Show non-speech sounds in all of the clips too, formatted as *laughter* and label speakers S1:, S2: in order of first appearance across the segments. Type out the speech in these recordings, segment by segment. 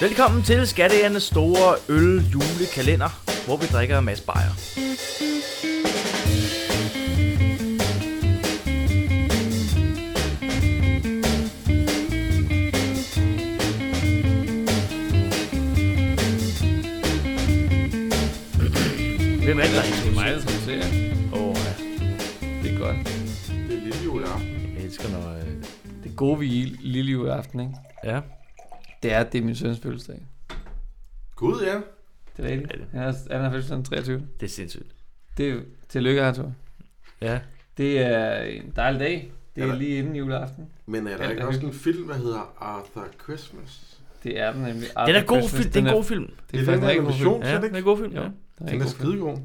S1: Velkommen til Skattejernes store øl julekalender, hvor vi drikker en masse bajer. Hvem er det, der
S2: Det er mig, der ser.
S1: Åh, oh, ja.
S2: Det er godt.
S3: Det er lille juleaften.
S1: Jeg elsker, når... Øh...
S2: Det gode ved i- lille juleaften, ikke?
S1: Ja.
S2: Det er, at det er min søns fødselsdag.
S3: Gud, ja.
S2: Det er
S1: Det er det.
S2: rigtigt. Han har, han har fødselsdag den 23.
S1: Det er sindssygt.
S2: Det er tillykke, Arthur.
S1: Ja.
S2: Det er en dejlig dag. Det
S3: Ja,
S2: er
S3: da.
S2: lige inden juleaften.
S3: Men er der
S2: Ja,
S3: ikke
S2: det er
S3: også en film, der hedder Arthur Christmas?
S2: Det er den nemlig.
S1: Den er
S2: Arthur
S1: god
S2: Christmas.
S1: film. Det er en
S2: Den
S1: god film.
S2: Det
S3: Det
S2: er
S3: er
S2: faktisk
S3: den
S2: en rigtig god film.
S3: animation.
S1: Ja,
S3: det
S1: det
S3: ikke?
S1: er en god film.
S2: Jo,
S1: Ja.
S2: den er
S3: Den
S2: rigtig
S3: er
S2: god film.
S3: skidegod.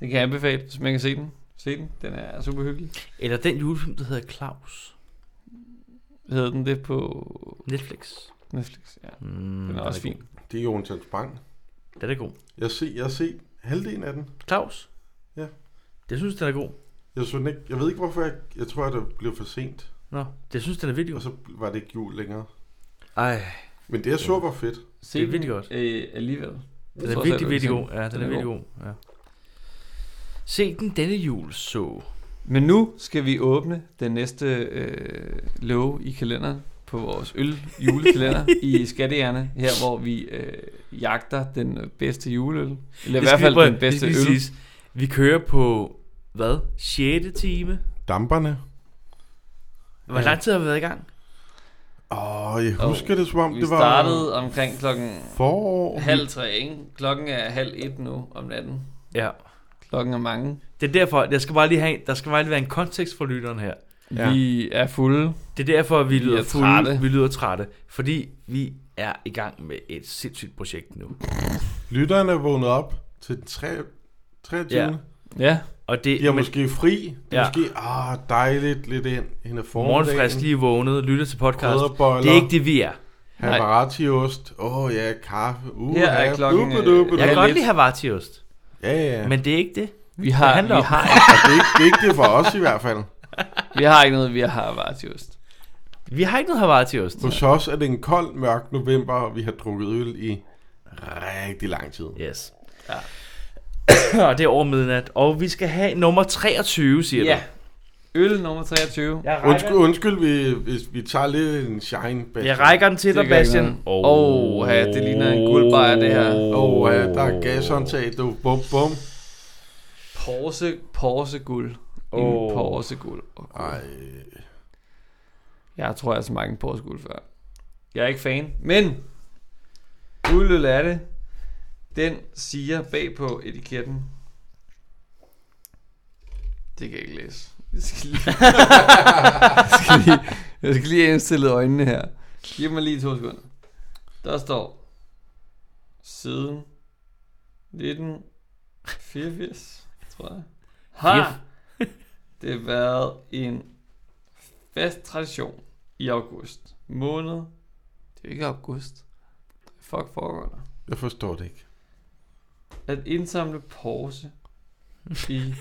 S2: Den kan jeg anbefale, hvis man kan se den. Se den. Den er super hyggelig.
S1: Eller den julefilm, der hedder Claus.
S2: Hedder den det på
S1: Netflix.
S2: Netflix? Ja.
S1: Mm,
S2: Den er også
S1: god.
S2: fin.
S3: Det er Jon Jens Bang.
S1: Den er god.
S3: Jeg ser, jeg ser halvdelen af den.
S1: Claus?
S3: Ja.
S1: Det synes, den er god.
S3: Jeg, så den ikke, jeg ved ikke, hvorfor jeg... Jeg tror, at det blev for sent.
S1: Nå, det synes, den er vildt
S3: Og
S1: god.
S3: så var det ikke jul længere.
S1: Ej,
S3: Men det, jeg så, var fedt.
S2: Se
S1: Det er
S2: den,
S1: virkelig godt.
S2: Øh, alligevel.
S1: den
S2: Jeg
S1: er
S2: tror
S1: virkelig,
S2: selv,
S1: virkelig
S2: jeg vil
S1: god. Ja, den
S2: Den
S1: er
S2: er
S1: virkelig god. Ja. Se den denne jul så.
S2: Men nu skal vi åbne den næste øh, låge i kalenderen på vores øl
S1: *laughs*
S2: julekalender i Skattejerne, her hvor vi øh, jagter den bedste juleøl. Eller i hvert fald den bedste øl.
S1: Siges. Vi kører på, hvad? 6. time?
S3: Damperne.
S1: Hvor
S2: Ja.
S1: lang tid har vi været i gang?
S3: Åh, jeg husker det, som om
S2: Vi
S3: det var...
S2: startede omkring klokken
S3: Forår.
S2: halv tre, ikke? Klokken er halv et nu om natten.
S1: Ja.
S2: Klokken er mange.
S1: Det er derfor, jeg skal bare lige have, der skal bare lige være en kontekst for lytteren her.
S3: Ja.
S2: Ja. Vi er fulde.
S1: Det er derfor, vi lyder
S2: er
S1: fulde,
S2: trætte.
S1: vi lyder trætte, fordi vi er i gang med et sindssygt projekt nu.
S3: Lytterne er vågnet op til den 23.
S1: Ja.
S3: Ja.
S2: Ja,
S1: Og det
S3: De er
S1: men-
S3: måske fri. De er
S1: Ja.
S3: måske, ah, dejligt lidt ind. Hende
S1: Morgenfrisk lige vågnet, lytter til podcast.
S3: Krydderboller.
S1: Det er ikke det, vi er.
S3: Havarti-ost. Åh oh, ja, kaffe. Uh,
S2: Her er
S3: ja.
S2: klokken,
S3: Duppe, duppe,
S1: Jeg kan
S2: lidt.
S1: godt lide havartiost,
S3: Ja, ja.
S1: men det er ikke det.
S2: vi har,
S1: handler
S2: vi
S1: om?
S2: har,
S3: Og det, er ikke, det er ikke det for os i hvert fald.
S2: vi har ikke noget, vi har varet just.
S1: *laughs* Vi har ikke noget havartiost.
S3: Hos os er det en kold, mørk november, og vi har drukket øl i rigtig lang tid.
S1: Yes. Ja. *coughs* og det er over midnat. Og vi skal have nummer 23, siger
S2: Ja.
S1: du.
S2: Øl nummer 23.
S1: Jeg
S3: Undskyld,
S1: rækker,
S3: undskyld vi, hvis vi tager lidt en shine back.
S1: jeg rækker den til
S2: Det
S1: dig,
S2: gør ikke
S1: Bastian.
S2: noget. Åh, ja, det ligner en guldbajer, det her.
S3: Åh, oh, ja, der er gashåndtag, du. Bum, bum.
S2: Porse, porse guld. Oh.
S1: Åh.
S2: En porse guld. Oh,
S3: Ej,
S2: jeg tror, jeg har smagt en porse guld før. Jeg er ikke fan. Men, guldøl er det. Den siger bag på etiketten. Det kan jeg ikke læse. Jeg skal *laughs* lige, jeg skal lige, jeg skal lige have indstillet øjnene her. Giv mig lige to sekunder. Der står siden 1984, tror jeg.
S1: Ja.
S2: Har *laughs* det været en fast tradition i august måned. Det er jo ikke august. Fuck foregår der.
S3: jeg forstår det ikke.
S2: At indsamle porse
S3: *laughs*
S2: i...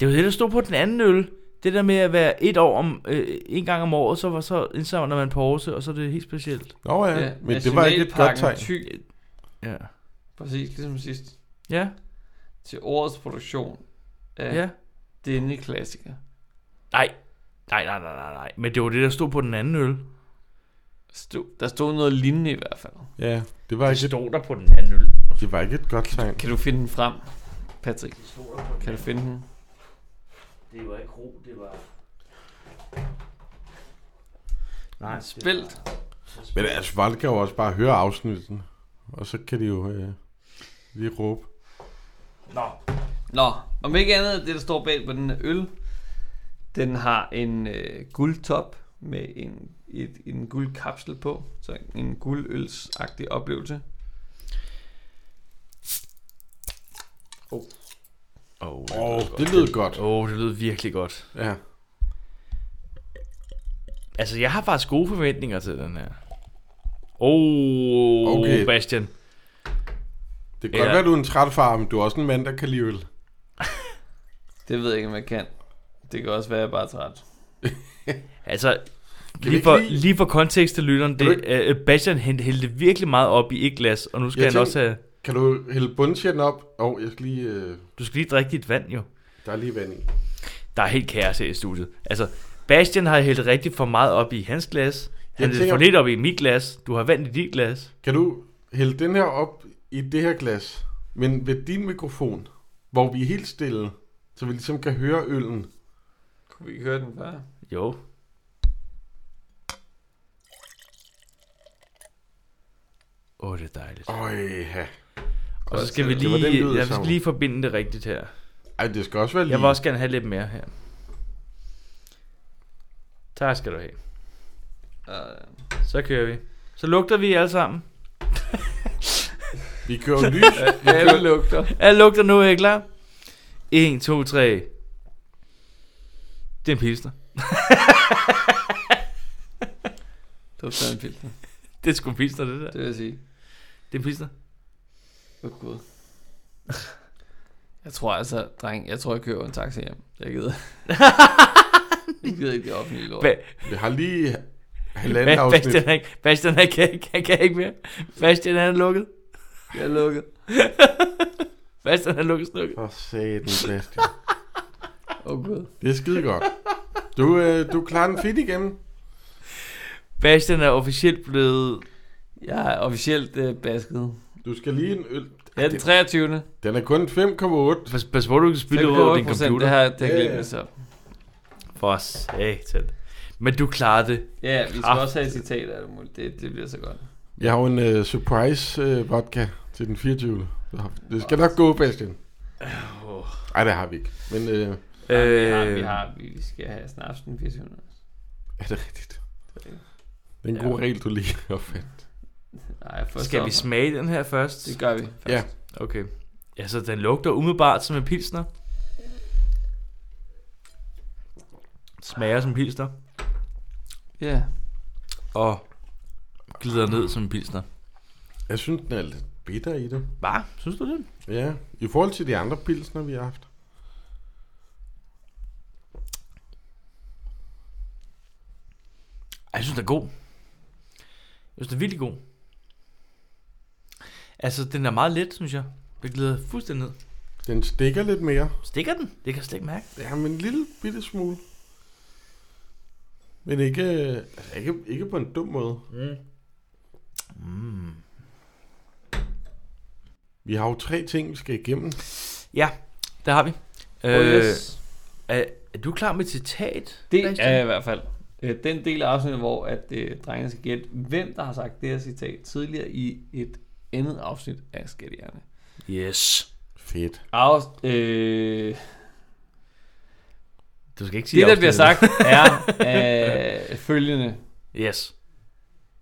S1: Det er jo det, der stod på den anden øl. Det der med at være et år om, øh, en gang om året, så, var- så indsamler man pause, og så er det helt specielt.
S3: Nå ja, ja men det var ikke et godt
S2: Nationalparken
S3: tegn.
S2: Thy,
S1: Ja.
S2: præcis ligesom sidst,
S1: Ja,
S2: til årets produktion af
S1: ja.
S2: ja. denne klassiker.
S1: Nej. Nej, nej, nej, nej, nej. Men det var det, der stod på den anden øl.
S2: Stod, der stod noget lignende i hvert fald.
S3: Ja, det var, ikke et,
S1: stod der på den anden øl.
S3: det var ikke et godt tegn.
S2: Kan du finde den frem, Patrick? Kan du finde den?
S1: Det var ikke ro, det var... Nej,
S2: Spælt.
S3: Men altså, folk kan jo også bare høre afsnitten, og så kan de jo øh, lige råbe.
S1: Nå.
S2: Nå, om ikke andet, det der står bag på den her øl, den har en øh, guldtop med en, et, en guldkapsel på, så en guldølsagtig oplevelse.
S1: Åh, oh,
S3: Åh, oh, det lyder godt.
S1: oh, det lød virkelig godt.
S3: Ja.
S1: Altså, jeg har faktisk gode forventninger til den her. Åh, oh, okay.
S3: Okay.
S1: Bastian.
S3: Det kan godt
S1: Ja.
S3: være, du er en træt far, men du er også en mand, der kan lide øl.
S2: Det ved jeg ikke, om jeg kan. Det kan også være, at jeg bare er træt.
S1: Altså,
S3: Kan vi
S1: Lige for,
S3: ikke lige-
S1: lige for kontekst til lytteren,
S3: Kan du
S1: det, øh, Bastian hældte hældte virkelig meget op i et glas, og nu skal
S3: Jeg
S1: han
S3: tænker-
S1: også have...
S3: Kan du hælde bundsjetten op? Åh, oh, jeg skal lige... Øh,
S1: Du skal lige drikke dit vand, jo.
S3: der er lige vand i.
S1: Der er helt kaos her i studiet. Altså, Bastian har hældt rigtig for meget op i hans glas. Han
S3: Jeg
S1: hældte
S3: tænker-
S1: for lidt op i mit glas. Du har vand i dit glas.
S3: Kan du hælde den her op i det her glas, men ved din mikrofon, hvor vi er helt stille, så vi ligesom kan høre øllen?
S2: Kunne vi ikke høre den før?
S1: Jo. Åh, oh, det er dejligt.
S3: Øj, ja.
S1: Og så skal vi
S3: Det var den lyd,
S1: lige, jeg
S3: Samuel.
S1: skal lige forbinde det rigtigt her.
S3: Ej, det skal også være lige.
S1: Jeg vil også gerne have lidt mere her. Tak skal du have.
S2: Uh,
S1: Så kører vi. Så lugter vi alle sammen.
S3: Vi
S1: *laughs*
S3: kører lys.
S2: alle lugter.
S1: Alle lugter nu, er I klar? 1, 2, 3. Det er en pilsner.
S2: Det var fandme en filter.
S1: Det er sgu en pilsner, det der.
S2: Det vil jeg sige.
S1: Det er en pilsner.
S2: Åh oh, gud. Jeg tror altså, dreng, jeg tror, jeg kører en taxa hjem. Jeg gider. *laughs* jeg gider ikke det offentlige lort.
S1: Ba-
S3: Vi har *laughs* lige halvandet
S1: ba-
S3: afsnit.
S1: Bastian, han, Bastian han kan, ikke- han kan ikke mere. Bastian han er lukket.
S2: Jeg er lukket.
S1: Bastian han er lukket snukket.
S3: For satan, Bastian.
S2: Åh oh, gud.
S3: Det er skide godt. Du, øh, du klarer den fint igennem.
S1: Bastian er officielt blevet...
S2: Jeg er officielt øh, basket.
S3: Du skal lige en øl.
S2: Ja, den 23.
S3: Den er kun 5,8.
S1: Pas, pas på, du kan spille ud over din
S2: 5,8
S1: computer.
S2: Det her, det har jeg
S3: Ja,
S2: glemt
S3: ja.
S2: mig så.
S1: For satan. Men du klarede det.
S2: Ja, vi skal
S1: Kraft.
S2: også have et citat af det muligt. Det, det bliver så godt.
S3: Jeg har jo en øh, surprise øh, vodka til den 24. Så Det skal nok gå, Bastian. Nej, det har vi ikke. Men øh,
S2: Øh, vi, har, vi, har, vi vi skal have snaps den 24.
S3: er det rigtigt? Det er en god
S1: Ja.
S3: regel, du lige *laughs* har fandt.
S2: Nej, for
S1: Skal vi
S2: sommer.
S1: smage den her først?
S2: Det gør vi.
S3: Ja.
S1: Okay. Ja, så den lugter umiddelbart som en pilsner. Smager som en pilsner.
S2: Ja.
S1: Og glider ned som en pilsner.
S3: Jeg synes, den er lidt bitter i det.
S1: Hvad? Synes du det?
S3: Ja, i forhold til de andre pilsner, vi har haft.
S1: Ej, Jeg synes, den er god. Jeg synes, den er virkelig god. Altså, den er meget let, synes jeg. Den glider fuldstændig ned.
S3: Den stikker lidt mere.
S1: Stikker den? Det kan jeg slet ikke mærke.
S3: Ja, men en lille bitte smule. Men ikke, øh, altså ikke, ikke på en dum måde.
S1: Mm. Mm.
S3: Vi har jo tre ting, vi skal igennem.
S1: Ja, der har vi.
S2: Øh,
S1: er, er du klar med et citat?
S2: det
S1: Christian?
S2: er i hvert fald øh, den del af afsnittet, hvor at, øh, drengene skal gætte, hvem der har sagt det her citat tidligere i et andet afsnit af Skattehjerne.
S1: Yes.
S3: Fedt.
S2: Afs øh,
S1: Du skal ikke sige
S2: det, der bliver
S1: afsnittet.
S2: sagt, er
S3: *laughs*
S2: øh, følgende.
S1: Yes.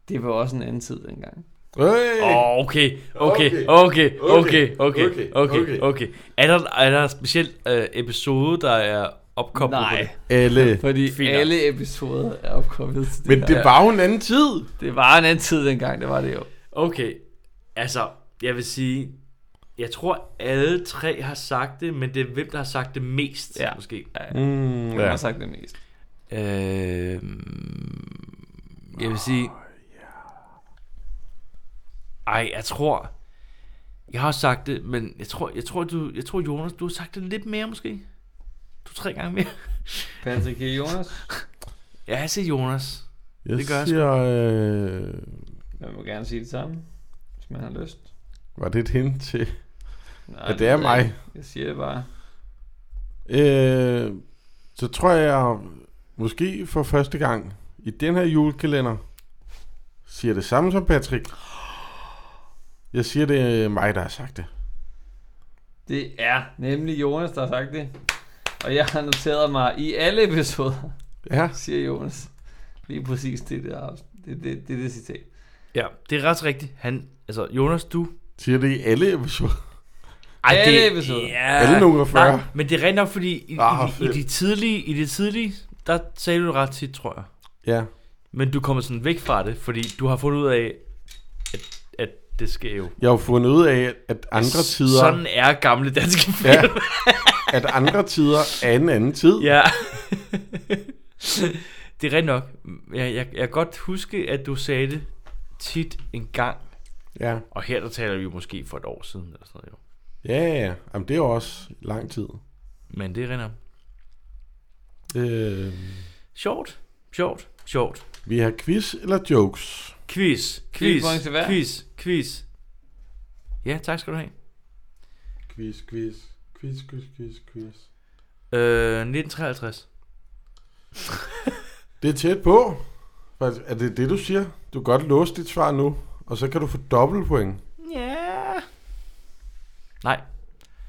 S2: Det var også en anden tid dengang.
S3: Hey!
S1: Åh, okay, okay,
S3: Okay.
S1: okay, okay,
S3: Okay.
S1: okay, okay,
S3: Okay.
S1: okay. Er der, er der en speciel øh, episode, der er opkoblet på
S2: Nej,
S1: det?
S3: Alle.
S2: fordi
S1: Fint nok.
S2: alle episoder er opkoblet til det
S3: Men
S2: her.
S3: det var jo en anden tid.
S2: det var en anden tid dengang, det var det jo.
S1: Okay, altså, jeg vil sige, jeg tror alle tre har sagt det, men det er hvem, der har sagt det mest,
S2: Ja.
S1: måske.
S3: Mm,
S2: Hvem ja.
S1: altså,
S2: har sagt det mest?
S1: Øh, jeg vil sige... Ej, jeg tror... Jeg har sagt det, men jeg tror, jeg tror, du, jeg tror Jonas, du har sagt det lidt mere måske. Du tre gange mere.
S2: Patrick E. Jonas?
S1: Ja, jeg siger Jonas.
S3: Jeg
S1: Det gør jeg sgu.
S3: siger, øh,
S2: Man må gerne sige det samme, hvis man har lyst.
S3: var det et hint til,
S2: Nej,
S3: at det er
S2: ved jeg
S3: mig?
S2: ikke. Jeg siger det bare.
S3: Øh, så tror jeg, måske for første gang i den her julekalender, siger det samme som Patrick. Jeg siger, det er mig, der har sagt det.
S2: Det er nemlig Jonas, der har sagt det. Og jeg har noteret mig i alle episoder, *laughs*
S3: Ja,
S2: siger Jonas. Lige præcis det der afsnit. Det, det, det, det citat.
S1: Ja, det er ret rigtigt. Han, altså, Jonas, du...
S3: siger det i alle episoder.
S2: Ej, Alle
S1: det,
S2: episoder.
S1: Ja,
S3: Alle nummer 40.
S1: Nej, men det er rent nok, fordi i,
S3: Ah,
S1: i, i,
S3: fedt.
S1: de tidlige, i de tidlige, der sagde du det ret tit, tror jeg.
S3: Ja,
S1: Men du kommer sådan væk fra det, fordi du har fundet ud af, at, at det sker jo.
S3: jeg har jo fundet ud af, at andre tider,
S1: Sådan er gamle danske film. *laughs*
S3: ja, at andre tider er en anden tid.
S1: ja. Det er rigtigt nok. Jeg, jeg, jeg kan godt huske, at du sagde det tit en gang.
S3: Ja,
S1: Og her der taler vi jo måske for et år siden eller sådan noget. Jo.
S3: ja, ja, ja. Jamen, det er jo også lang tid.
S1: Men det er rigtigt nok.
S3: Øh,
S1: Sjovt. Sjovt. Sjovt.
S3: vi har quiz eller jokes?
S1: Quiz.
S2: Fire
S1: Quiz.
S2: point til hver.
S1: Quiz. Quiz. Ja, tak skal du have.
S3: Quiz, quiz. Quiz, quiz, quiz, quiz.
S1: Øh, 1953.
S3: Det er tæt på. Faktisk, Er det det, du siger? Du kan godt låse dit svar nu, og så kan du få dobbelt point.
S1: Ja. Nej.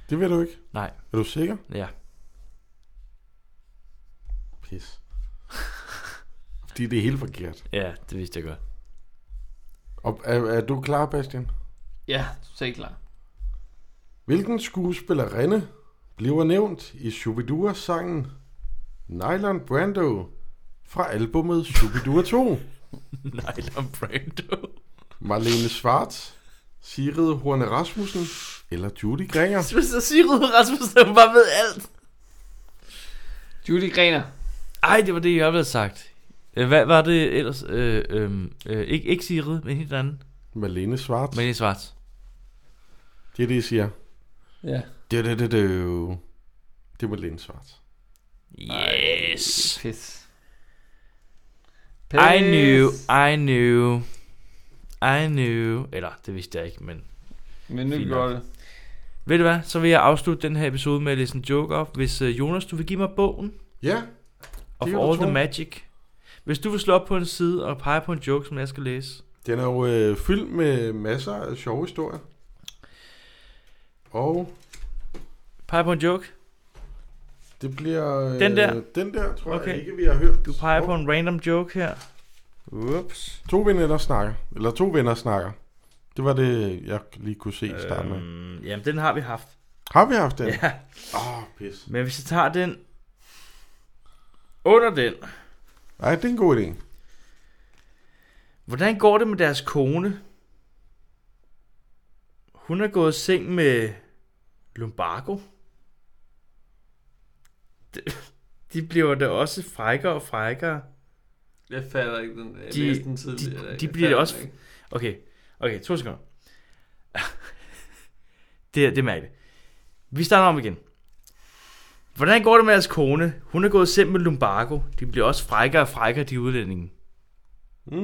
S3: Det vil du ikke.
S1: Nej.
S3: Er du sikker?
S1: Ja.
S3: Pis. *laughs* Fordi det er helt forkert.
S1: Ja, det vidste jeg godt. *laughs*
S3: Og er, er du klar, Bastian?
S2: Ja, du er ikke klar.
S3: Hvilken skuespillerinde bliver nævnt i Shubidua-sangen Nylon Brando fra albumet Shubidua 2?
S1: Nylon Brando.
S3: Marlene Schwartz, Sigrid Horne Rasmussen eller Judy Gringer?
S1: Så siger Rud Rasmus, at hun bare ved alt.
S2: Judy Grener.
S1: Ej, det var det, jeg havde sagt. Øh, Hvad var det ellers? Øh, øh, øh, ikke, ikke Sigrid, men helt anden.
S3: Marlene Schwartz.
S1: Men det er svart.
S3: Det er det, jeg siger.
S2: Ja.
S3: Det, det, det, det. det er Marlene Schwartz.
S1: Yes.
S2: Pis. Pis.
S1: I knew, I knew, I knew. Eller, det vidste jeg ikke, men...
S2: Men nu
S1: Fint
S2: går
S1: nok.
S2: det.
S1: Ved du hvad, så vil jeg afslutte den her episode med at læse en joke op. Hvis øh, Jonas, du vil give mig bogen,
S3: Ja,
S1: Of
S3: Det kan du
S1: All
S3: tro.
S1: the Magic. Hvis du vil slå op på en side og pege på en joke, som jeg skal læse.
S3: den er jo øh, fyldt med masser af sjove historier. Og
S1: Pege på en joke.
S3: det bliver... Øh,
S1: Den der?
S3: Den der, tror okay.
S1: Okay.
S3: jeg ikke, vi har hørt.
S1: Du peger
S3: Hov,
S1: på en random joke her. Ups.
S3: To venner snakker. Eller to venner snakker. Det var det, jeg lige kunne se i starten af.
S1: Øhm, jamen, den har vi haft.
S3: Har vi haft den? Åh,
S1: Ja.
S3: ja. oh, pis.
S1: Men hvis jeg tager den under den.
S3: Ej, det er en god idé.
S1: Hvordan går det med deres kone? Hun er gået i seng med lumbago. De, de bliver da også frækkere og frækkere.
S2: Jeg fatter ikke den. Jeg
S1: De-
S2: læste den
S1: de-
S2: tidligere.
S1: de
S2: Jeg
S1: bliver
S2: fatter
S1: det også-
S2: den ikke.
S1: Okay, okay, to sekunder. *laughs* det, her, det er mærkeligt. Vi starter om igen. Hvordan går det med jeres kone? Hun er gået selv med lumbago. De bliver også frækkere og frækkere, de udlændinge.
S3: Mm.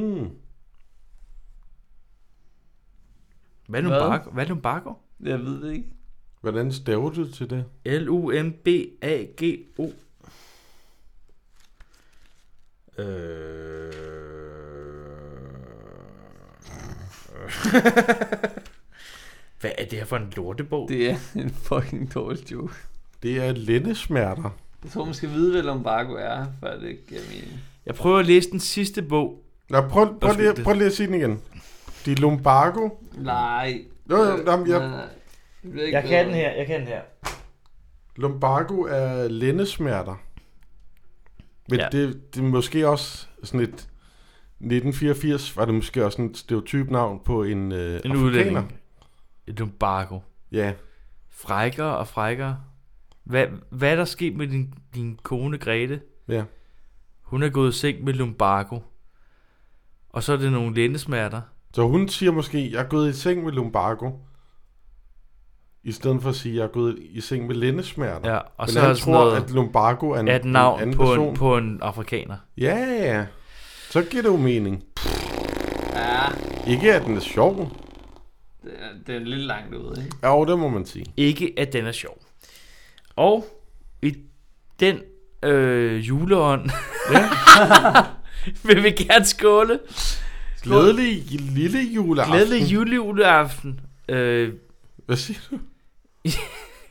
S1: Hvad er
S2: Hvad?
S1: lumbago? Hvad er lumbago?
S2: Jeg ved det ikke.
S3: Hvordan staver du til det?
S1: L-U-M-B-A-G-O. Øh... *laughs* Hvad er det her for en lortebog?
S2: Det er *laughs* en fucking dårlig joke.
S3: Det er lændesmerter.
S2: Jeg tror, man skal vide, hvad Lombardo er, før det giver mening.
S1: Jeg prøver at læse den sidste bog.
S3: Nå, prøv, prøv,
S1: Undskyld,
S3: lige,
S1: det-
S3: prøv lige at sige den igen. De lumbago.
S2: Nej.
S3: Jo, jo, jamen, jeg-
S2: Nej, det bliver ikke
S1: Jeg kan
S2: bedre.
S1: den her, jeg kan den her.
S3: Lumbago er lændesmerter. Men
S1: Ja.
S3: ja. det, det er måske også sådan et... 1984 var det måske også sådan et stereotyp navn på en, øh,
S1: En
S3: afrikaner.
S1: udlænding. Et lumbago.
S3: Ja,
S1: Frækkere og frækkere. Hvad, hvad er der sket med din, din kone Grete?
S3: ja.
S1: Hun er gået i seng med lumbago. Og så er det nogle lændesmerter.
S3: Så hun siger måske, jeg er gået i seng med lumbago. I stedet for at sige, jeg er gået i seng med lændesmerter.
S1: Ja,
S3: Men
S1: og så
S3: han
S1: er der sådan
S3: tror,
S1: noget...
S3: at lumbago er en,
S1: er et
S3: en
S1: navn
S3: anden
S1: på
S3: person.
S1: en, på en afrikaner.
S3: Ja, ja. Så giver det jo mening.
S2: Ja,
S3: Ikke at den er sjov.
S2: det er, det er lidt langt ude, ikke?
S3: Ja, jo, det må man sige.
S1: Ikke at den er sjov. Og i den øh, juleånd *laughs* vil vi gerne skåle.
S3: Glædelig lille juleaften.
S1: Glædelig julejuleaften. Øh,
S3: Hvad siger du?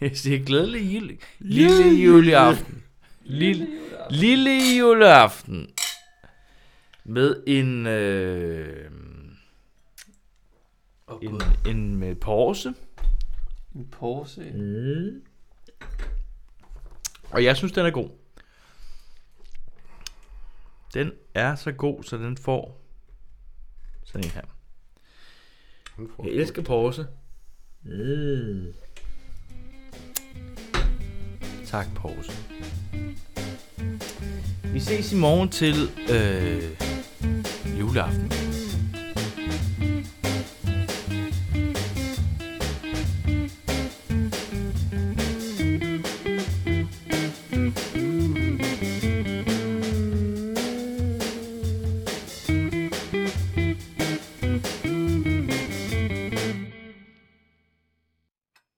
S1: jeg siger glædelig jule, lille juleaften. Lille, lille juleaften. Med en, øh,
S2: Oh,
S1: en,
S2: God.
S1: en øh, med pause.
S2: En pause.
S1: Mm. Og jeg synes, den er god. Den er så god, så den får sådan en her. Jeg elsker pause. Mm. Tak, pause. Vi ses i morgen til øh, juleaften.